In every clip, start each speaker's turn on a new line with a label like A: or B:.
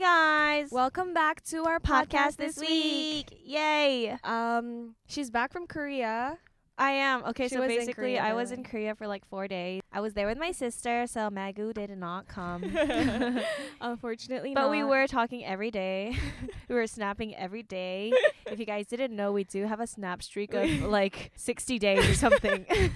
A: guys.
B: Welcome back to our podcast this week.
A: Yay.
B: Um, she's back from Korea.
A: I am. Okay,
B: She
A: so
B: was in
A: basically,
B: Korea, by
A: I
B: the
A: was
B: way.
A: in Korea for like four days. I was there with my sister, so Magu did not come.
B: Unfortunately,
A: But we
B: not.
A: were talking every day. we were snapping every day. if you guys didn't know, we do have a snap streak of like 60 days or something.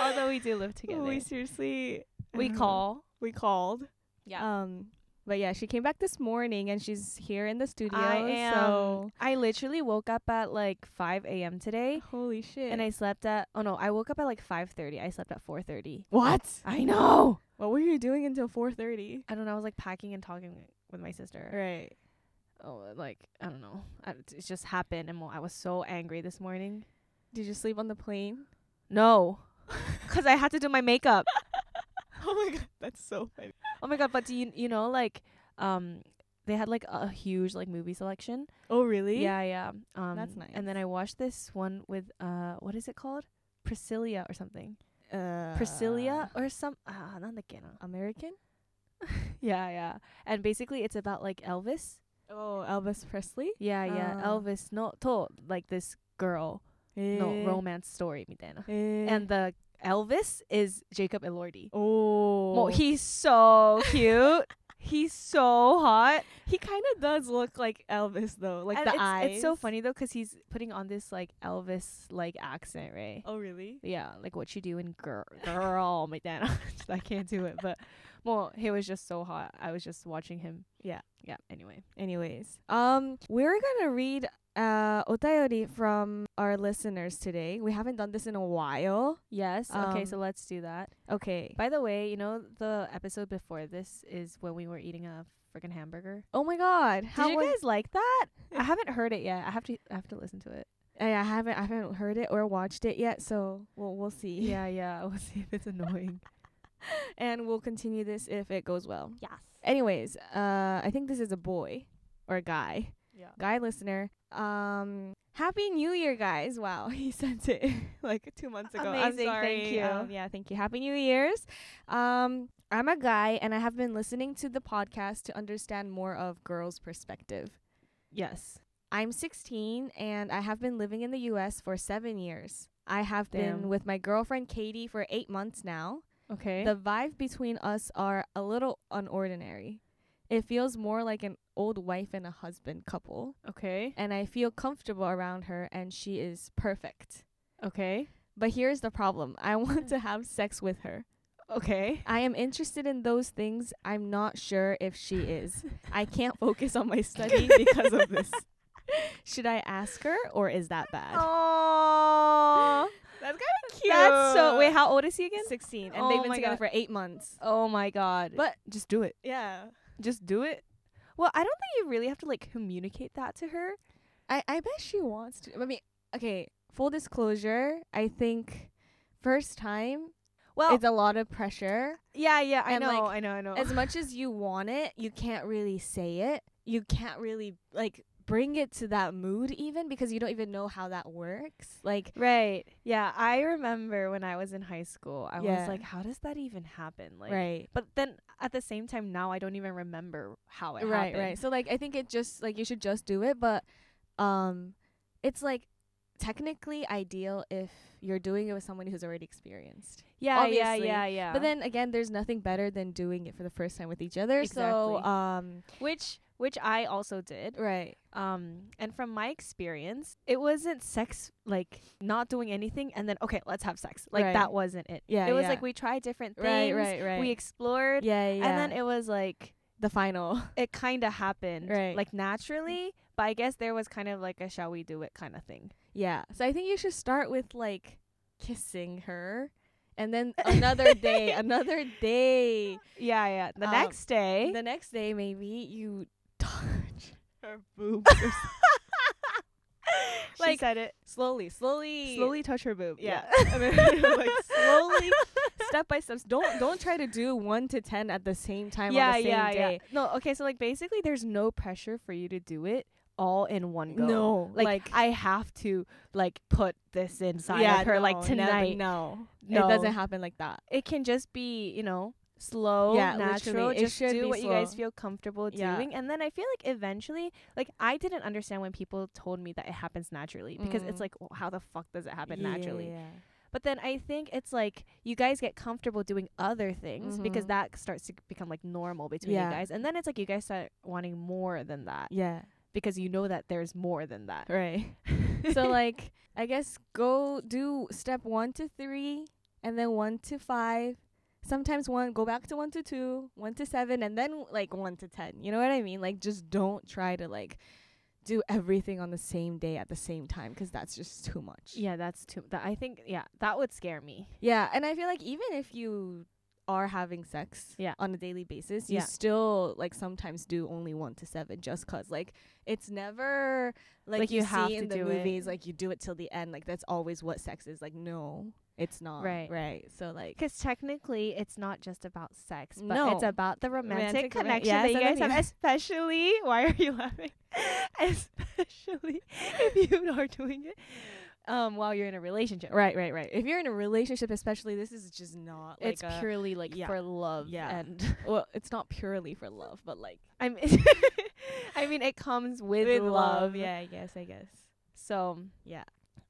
A: Although we do live together.
B: We seriously
A: we call.
B: we called.
A: Yeah.
B: Um, but yeah, she came back this morning and she's here in the studio.
A: I am.
B: So
A: I literally woke up at like 5 a.m. today,
B: holy shit!
A: and I slept at. Oh no, I woke up at like 5:30. I slept at 4:30.
B: what?
A: I know.
B: What were you doing until four thirty?
A: I don't know. I was like packing and talking with my sister.
B: Right.
A: Oh, like I don't know. I, it just happened, and I was so angry this morning.
B: Did you sleep on the plane?
A: No, because I had to do my makeup.
B: Oh my god, that's so funny.
A: Oh my god! But do you you know like um they had like a huge like movie selection.
B: Oh really?
A: Yeah, yeah. Um,
B: That's nice.
A: And then I watched this one with uh what is it called? Priscilla or something.
B: Uh,
A: Priscilla or some ah, not the
B: American?
A: Yeah, yeah. And basically it's about like Elvis.
B: Oh, Elvis Presley.
A: Yeah, yeah.
B: Ah.
A: Elvis no to like this girl
B: Eh,
A: no romance story みたいな. And
B: And
A: the Elvis is Jacob Elordi.
B: oh,
A: Well, he's so cute. he's so hot.
B: he kind of does look like Elvis though, like
A: And
B: the
A: it's,
B: eyes.
A: It's so funny though, 'cause he's putting on this like Elvis like accent, right?
B: Oh really?
A: Yeah, like what you do in girl, girl, my dad. I can't do it, but well, he was just so hot. I was just watching him.
B: Yeah.
A: yeah. Anyway,
B: Anyways, um, we're gonna read uh otayori from our listeners today. We haven't done this in a while.
A: yes. okay, so
B: Um,
A: let's do that.
B: Okay.
A: By the way, you know the episode before this is when we were eating a freaking hamburger.
B: Oh my god,
A: Did you
B: was-
A: guys like that? I haven't heard it yet. I have to. I have to listen to it.
B: I, I haven't I haven't heard it or watched it yet, so we'll we'll see.
A: Yeah, yeah. We'll see if it's annoying.
B: and we'll continue this if it goes well.
A: yes.
B: Anyways, uh, I think this is a boy or a guy,
A: Yeah.
B: guy listener. Um, happy New Year, guys! Wow, he sent it like two months ago. I'm
A: Amazing,
B: sorry.
A: thank you.
B: Um, yeah, thank you. Happy New Year's. Um, I'm a guy, and I have been listening to the podcast to understand more of girls' perspective.
A: Yes.
B: I'm 16 and I have been living in the US for seven years. I have
A: Damn.
B: been with my girlfriend Katie for eight months now.
A: Okay.
B: The vibe between us are a little unordinary. It feels more like an old wife and a husband couple,
A: okay.
B: and I feel comfortable around her, and she is perfect.
A: Okay.
B: But here's the problem I want to have sex with her.
A: Okay.
B: I am interested in those things. I'm not sure if she is. I can't focus on my study because of this. Should I ask her, or is that bad?
A: Oh,
B: That's kind of
A: that's so. Wait, how old is he again?
B: 16, and
A: Oh
B: they've been
A: my
B: together
A: God.
B: for eight months.
A: Oh my god.
B: But-
A: just do it.
B: Yeah,
A: Just do it. Well, I don't think you really have to like communicate that to her.
B: I I bet she wants to. I mean, okay. Full disclosure, I think first time
A: Well,
B: it's a lot of pressure.
A: yeah, yeah, I
B: and,
A: know,
B: like,
A: I know, I know.
B: As much as you want it, you can't really say it. You can't really like bring it to that mood even because you don't even know how that works. Like,
A: right. Yeah, I remember when I was in high school, I
B: Yeah.
A: was like, how does that even happen? Like,
B: right.
A: But then at the same time, now I don't even remember how it
B: right
A: happened.
B: right so like i think it just like you should just do it but um it's like technically ideal if you're doing it with someone who's already experienced
A: Yeah, yeah,
B: Obviously.
A: yeah, yeah.
B: but then again there's nothing better than doing it for the first time with each other so
A: Exactly.
B: um
A: which which I also did.
B: right
A: Um, and from my experience, it wasn't sex like not doing anything and then okay, let's have sex. Like
B: Right.
A: that wasn't it.
B: yeah
A: it was
B: yeah.
A: like we tried different
B: right
A: things.
B: right right
A: We explored.
B: yeah yeah
A: And then it was like
B: the final
A: it kind of happened,
B: Right.
A: Like naturally, but I guess there was kind of like a shall we do it kind of thing.
B: yeah so i think you should start with like kissing her and then another day another day
A: Yeah, yeah. The
B: Um,
A: next day,
B: the next day maybe you touch her boob
A: like
B: like-
A: said it
B: slowly slowly
A: slowly touch her boob.
B: yeah,
A: yeah.
B: like slowly step by step don't don't try to do one to ten at the same time on the same day
A: No, okay, so like basically there's no pressure for you to do it all in one go.
B: no
A: Like, I have to like put this inside of her like
B: no, never-
A: tonight.
B: no.
A: No.
B: it doesn't happen like that
A: It can just be, you know, slow,
B: Yeah,
A: natural.
B: literally, it
A: Just
B: should
A: do
B: be
A: what you guys
B: slow.
A: feel comfortable
B: Yeah.
A: doing. And then I feel like eventually, like I didn't understand when people told me that it happens naturally because
B: Mm.
A: it's like, well, how the fuck does it happen
B: Yeah,
A: naturally?
B: yeah.
A: But then I think it's like you guys get comfortable doing other things because
B: Mhm.
A: that starts to become like normal between
B: Yeah.
A: you guys. And then it's like you guys start wanting more than that
B: Yeah.
A: because you know that there's more than that.
B: Right. so like I guess go do step one to three and then one to five. Sometimes one go back to one to two, one to seven, and then like one to ten. You know what I mean? Like just don't try to like do everything on the same day at the same time 'cause that's just too much.
A: Yeah, that's too. That I think. Yeah, that would scare me.
B: Yeah, and I feel like even if you are having sex
A: Yeah.
B: on a daily basis, you
A: Yeah.
B: still like sometimes do only one to seven just 'cause like it's never like,
A: Like,
B: you,
A: you have
B: see
A: to
B: in the
A: do it.
B: movies like you do it till the end like that's always what sex is like no it's not
A: Right.
B: right so like
A: Because technically, it's not just about sex, but it's
B: No.
A: about the romantic,
B: Romantic roman-
A: connection
B: yes,
A: that you
B: and then
A: guys have.
B: you-
A: Especially, why are you laughing? Especially if you are doing it um, while you're in a relationship.
B: right right right if you're in a relationship especially this is just not like
A: it's
B: a-
A: purely like
B: yeah,
A: for love
B: yeah.
A: and
B: well it's not purely for love but like
A: I mean, I mean, it comes with, love.
B: yeah I guess I guess
A: So
B: Yeah.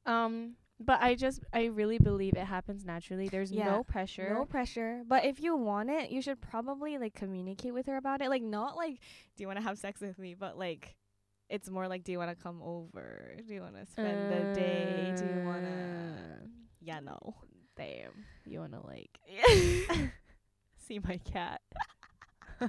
A: Um, but I just I really believe it happens naturally. There's
B: Yeah.
A: no pressure.
B: No pressure. But if you want it, you should probably like communicate with her about it. Like not like do you want to have sex with me, but like it's more like do you want to come over? Do you want to spend the day? Do you want to
A: Uh,
B: Yeah, no.
A: Damn. You wanna like see my cat?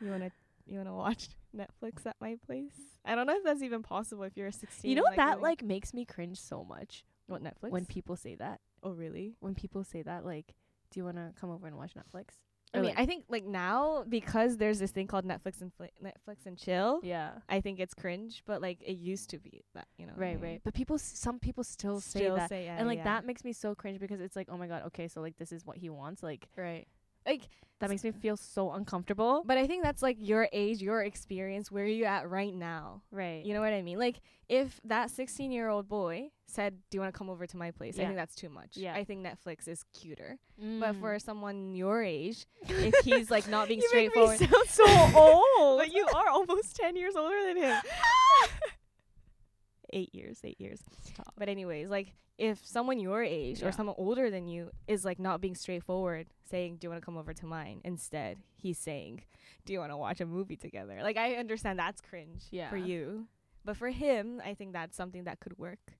B: You want to you want to watch Netflix at my place? I don't know if that's even possible if you're 16.
A: you know that
B: living-
A: like makes me cringe so much
B: what Netflix?
A: when people say that.
B: oh, really?
A: When people say that, like, do you wanna come over and watch Netflix?
B: I
A: Or,
B: mean,
A: like-
B: I think like now because there's this thing called Netflix and fli Netflix and chill.
A: yeah.
B: I think it's cringe, but like it used to be that, you know. what I
A: Right,
B: mean?
A: right. But people, s- some people still, say that,
B: Oh, say yeah,
A: and like
B: yeah.
A: that makes me so cringe because it's like, oh my god, okay, so like this is what he wants. Like
B: Right. Like,
A: that makes me feel so uncomfortable.
B: but I think that's like your age, your experience, where you at right now.
A: Right.
B: You know what I mean? Like, if that 16 year old boy said, Do you want to come over to my place? I
A: Yeah.
B: think that's too much.
A: Yeah.
B: I think Netflix is cuter. But for someone your age, if he's like not being
A: Mm. You make me
B: straightforward.
A: sound so old.
B: but you are almost 10 years older than him. eight years, eight years.
A: Stop.
B: But anyways, like if someone your age
A: Yeah.
B: or someone older than you is like not being straightforward, saying, "Do you want to come over to mine?" Instead, he's saying, "Do you want to watch a movie together?" Like I understand that's cringe
A: Yeah.
B: for you, but for him, I think that's something that could work,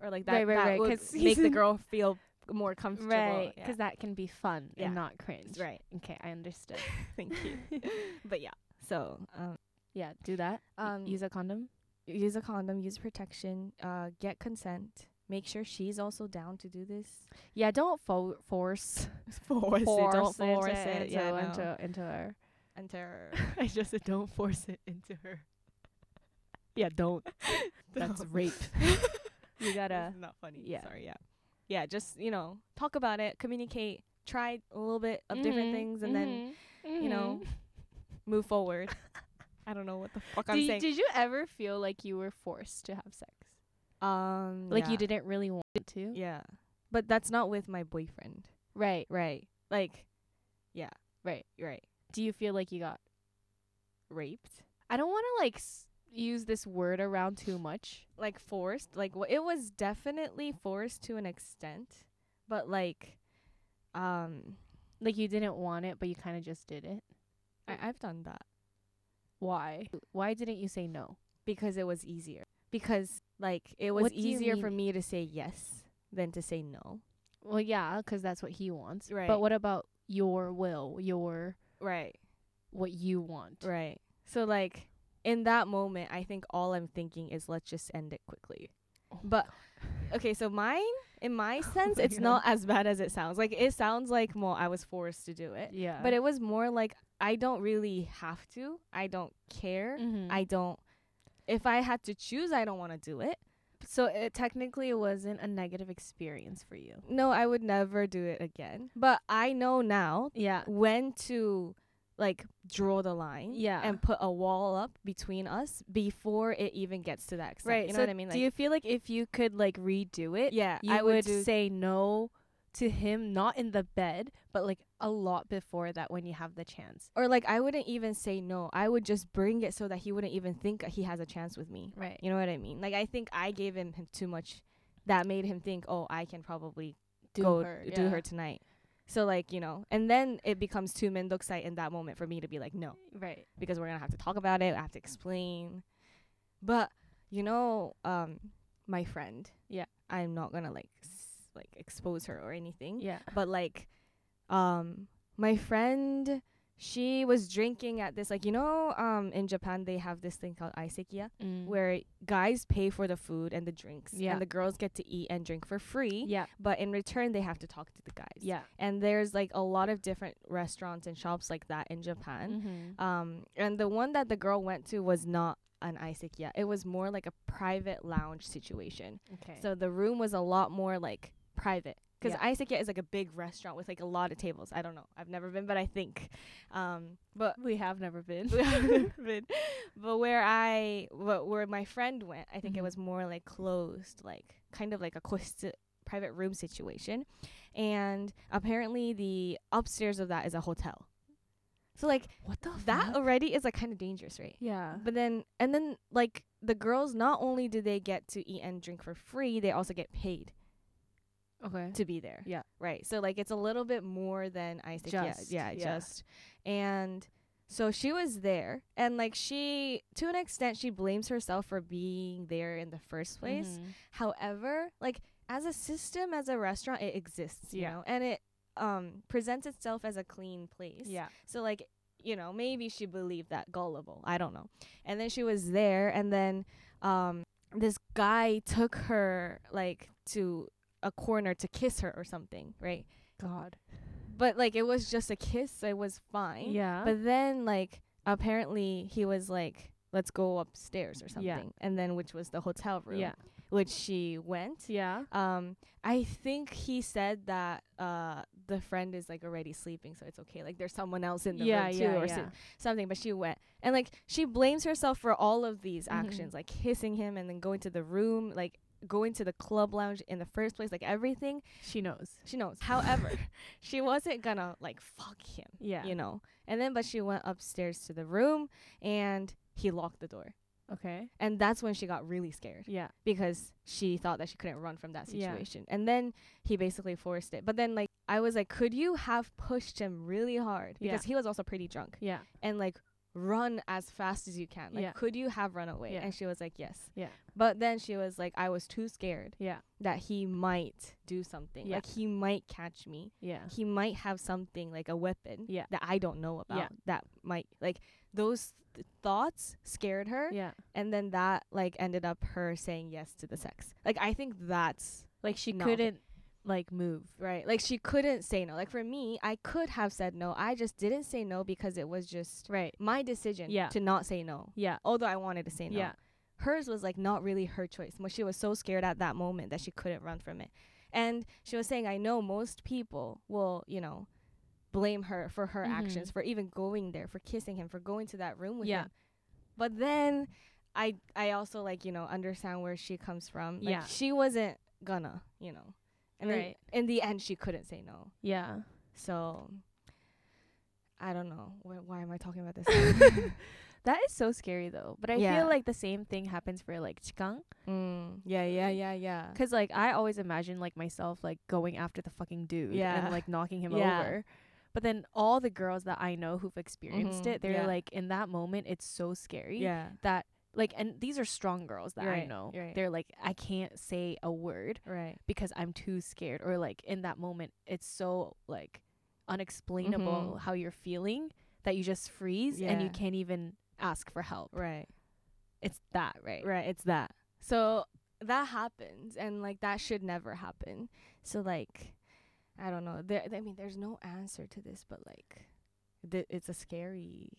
B: or like that
A: Right, right,
B: that
A: right,
B: would
A: 'cause
B: make the
A: he's-
B: girl feel more comfortable.
A: Right,
B: Yeah.
A: because that can be fun
B: Yeah.
A: and not cringe.
B: right.
A: Okay, I understood.
B: Thank you. but yeah, so um,
A: yeah, do that. Um,
B: Um,
A: use a condom.
B: use a condom, use protection, uh, get consent. Make sure she's also down to do this.
A: Yeah, don't fo- force
B: Force,
A: force
B: it,
A: into, into, into, into her.
B: enter.
A: I just said don't force it into her. Yeah, don't. That's rape. you gotta.
B: That's not funny.
A: yeah.
B: Sorry. uh, Yeah. Yeah. Just you know, talk about it, communicate, try a little bit of different things, and then
A: then
B: you know,
A: Mm-hmm.
B: move forward. I don't know what the fuck I'm
A: Did, you-
B: saying.
A: did you ever feel like you were forced to have sex?
B: um,
A: Like
B: yeah.
A: you didn't really want to?
B: Yeah. But that's not with my boyfriend.
A: Right,
B: Right. Like, yeah.
A: Right.
B: Right.
A: Do you feel like you got
B: Raped.
A: I don't want to like s- use this word around too much.
B: like forced like w- it was definitely forced to an extent but like um
A: Like you didn't want it, but you kind of just did it.
B: I- i've done that
A: Why? Why didn't you say no?
B: because it was easier because like it was
A: What do you
B: easier for
A: mean?
B: me to say yes than to say no
A: Well, yeah, 'cause that's what he wants.
B: Right.
A: But what about your will, your
B: right
A: what you want?
B: right so like in that moment i think all i'm thinking is let's just end it quickly
A: Oh my Oh
B: but okay so mine in my sense
A: my
B: it's
A: God.
B: not as bad as it sounds like it sounds like well i was forced to do it
A: Yeah.
B: but it was more like i don't really have to i don't care
A: Mm-hmm.
B: I don't. If I had to choose, I don't want to do it.
A: so it technically wasn't a negative experience for you.
B: No, I would never do it again. But I know now
A: Yeah.
B: when to like draw the line
A: Yeah.
B: and put a wall up between us before it even gets to that extent.
A: Right.
B: You know
A: so
B: what I mean? Like
A: do you feel like if you could like redo it,
B: yeah,
A: you
B: I
A: would,
B: would, do,
A: say no to him not in the bed, but like a lot before that when you have the chance.
B: Or like I wouldn't even say no. I would just bring it so that he wouldn't even think he has a chance with me.
A: Right.
B: You know what I mean? Like I think I gave him, him too much. That made him think, oh, I can probably
C: do
B: go
C: her,
B: do
C: yeah.
B: her tonight. So like you know, and then it becomes too mendoksai in that moment for me to be like no
C: Right.
B: because we're gonna have to talk about it. I have to explain. But you know, um, my friend.
C: Yeah.
B: I'm not gonna like s- like expose her or anything
C: Yeah.
B: but like um my friend she was drinking at this like you know um in Japan they have this thing called isekia
C: Mm-hmm.
B: where guys pay for the food and the drinks
C: Yeah.
B: and the girls get to eat and drink for free
C: Yeah.
B: but in return they have to talk to the guys
C: Yeah.
B: and there's like a lot of different restaurants and shops like that in Japan
A: Mm-hmm.
B: um and the one that the girl went to was not an isekia it was more like a private lounge situation
C: Uh,
A: Okay.
B: so the room was a lot more like private because
A: Yeah.
B: Isaac is like a big restaurant with like a lot of tables. I don't know. I've never been, but I think. Um, but
A: we have never been.
B: but where I but where my friend went, I think it
A: Mhm.
C: Mm-hmm.
B: was more like closed, like kind of like a closed private room situation, and apparently the upstairs of that is a hotel. So like
C: What the
B: that already is like kind of dangerous, right?
C: Yeah.
B: But then, and then, like the girls, not only do they get to eat and drink for free, they also get paid
C: Okay.
B: to be there.
C: Yeah.
B: Right. So like it's a little bit more than I think. Yeah,
C: Just,
B: yeah,
C: yeah.
B: Just. And so she was there, and like she, to an extent, she blames herself for being there in the first
C: Mm-hmm.
B: place. However, like as a system, as a restaurant, it exists. You
C: Yeah.
B: know, and it um presents itself as a clean place.
C: Yeah.
B: So like, you know, maybe she believed that gullible. I don't know. And then she was there and then um this guy took her like to a corner to kiss her or something, right?
C: God.
B: But like it was just a kiss, so it was fine.
C: Yeah.
B: But then like apparently he was like let's go upstairs or something.
C: Yeah.
B: And then which was the hotel room
C: yeah.
B: which she went.
C: Yeah.
B: Um, I think he said that uh, the friend is like already sleeping, so it's okay. Like there's someone else in the
C: yeah.
B: room too,
C: yeah.
B: or so-
C: yeah.
B: something. But she went, and like she blames herself for all of these
C: Mhm.
B: actions, like kissing him and then going to the room, like going to the club lounge in the first place, like everything.
C: She knows.
B: She knows. However, she wasn't gonna like fuck him,
C: Yeah.
B: you know. And then, but she went upstairs to the room, and he locked the door.
C: Okay.
B: And that's when she got really scared
C: Yeah.
B: because she thought that she couldn't run from that
C: Yeah.
B: situation. And then he basically forced it. But then like I was like, could you have pushed him really hard?
C: Yeah.
B: Because he was also pretty drunk.
C: Yeah.
B: And like run as fast as you can. Like
C: Yeah.
B: could you have run away?
C: Yeah.
B: And she was like, Yes.
C: Yeah.
B: But then she was like, I was too scared
C: Yeah.
B: that he might do something.
C: Yeah.
B: Like he might catch me.
C: Yeah.
B: He might have something like a weapon
C: Yeah.
B: that I don't know about.
C: Yeah.
B: That might like those th- thoughts scared her
C: Yeah.
B: and then that like ended up her saying yes to the sex like i think that's
C: Like she
B: No.
C: couldn't like move.
B: right like she couldn't say no like for me i could have said no i just didn't say no because it was just
C: Right.
B: my decision
C: Yeah.
B: to not say no
C: Yeah.
B: although i wanted to say no
C: Yeah.
B: hers was like not really her choice but she was so scared at that moment that she couldn't run from it and she was saying i know most people will you know blame her for her
C: Mhm.
B: actions for even going there for kissing him for going to that room with
C: Yeah.
B: him but then i i also like you know understand where she comes from like,
C: Yeah.
B: she wasn't gonna you know and then
C: Right.
B: in the end she couldn't say no
C: Yeah.
B: so i don't know Wh- why am i talking about this
C: That is so scary though. But I
B: Yeah.
C: feel like the same thing happens for like chikang.
B: mm, yeah yeah yeah yeah
C: Cause like I always imagine like myself like going after the fucking dude
B: Yeah.
C: and like knocking him
B: Yeah.
C: over. But then all the girls that I know who've experienced
B: Mhm,
C: it, they're
B: yeah.
C: like in that moment it's so scary
B: yeah
C: that like and these are strong girls that I
B: Right,
C: know.
B: right.
C: They're like I can't say a word
B: right
C: because I'm too scared or like in that moment it's so like unexplainable
B: Mhm.
C: how you're feeling that you just freeze and you
B: Yeah.
C: can't even ask for help.
B: right
C: It's that, right?
B: Right, it's that. So that happens, and like that should never happen. So like, I don't know. There, I mean, there's no answer to this, but like, th- it's a scary.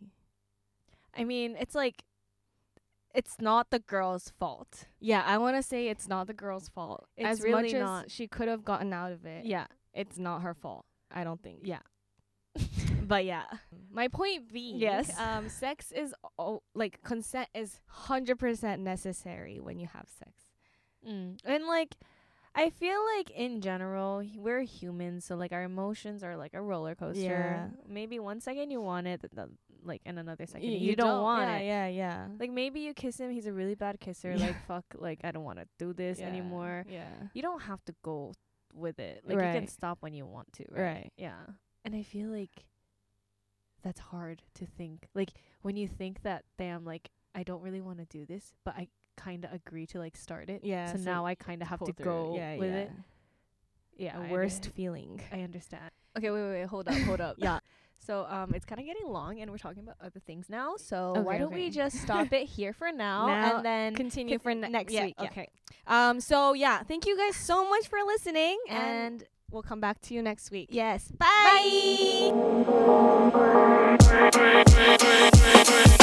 C: I mean, it's like it's not the girl's fault.
B: Yeah, I want to say it's not the girl's fault.
C: It's
B: as
C: really
B: much
C: not.
B: as she could have gotten out of it,
C: Yeah.
B: it's not her fault. I don't think.
C: Yeah.
B: But yeah, my point being,
C: Yes.
B: um, sex is all, like consent is hundred percent necessary when you have sex.
C: Mm. And like
A: I feel like in general h- we're humans, so like our emotions are like a roller coaster.
B: Yeah.
A: Maybe one second you want it, th- th- like and another second
B: Y-
A: you, don't, want
B: yeah,
A: it.
B: Yeah, yeah,
A: Like maybe you kiss him, he's a really bad kisser.
B: Yeah.
A: Like fuck, like I don't want to do this
B: Yeah,
A: anymore.
B: Yeah.
A: You don't have to go with it. Like you can
B: Right.
A: stop when you want to. Right?
B: Right.
A: Yeah. And I feel like that's hard to think. Like when you think that, damn, like I don't really want to do this, but I kind of agree to like start it.
B: Yeah,
A: So,
B: so
A: now I kind of have to go with it. Yeah. I
B: A
A: under-
B: worst feeling.
A: I understand. Okay, wait, wait, wait. Hold up, hold up.
B: Yeah.
A: So um, it's kind of getting long, and we're talking about other things now. So why
B: Okay,
A: don't we
B: okay.
A: just stop it here for now,
B: Now
A: and then
B: Continue for
A: ne-
B: next
A: yeah,
B: week. yeah.
A: Okay.
B: Um. So yeah, thank you guys so much for listening, and,
A: And
B: we'll come back to you next week.
A: yes,
B: Bye.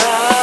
A: bye.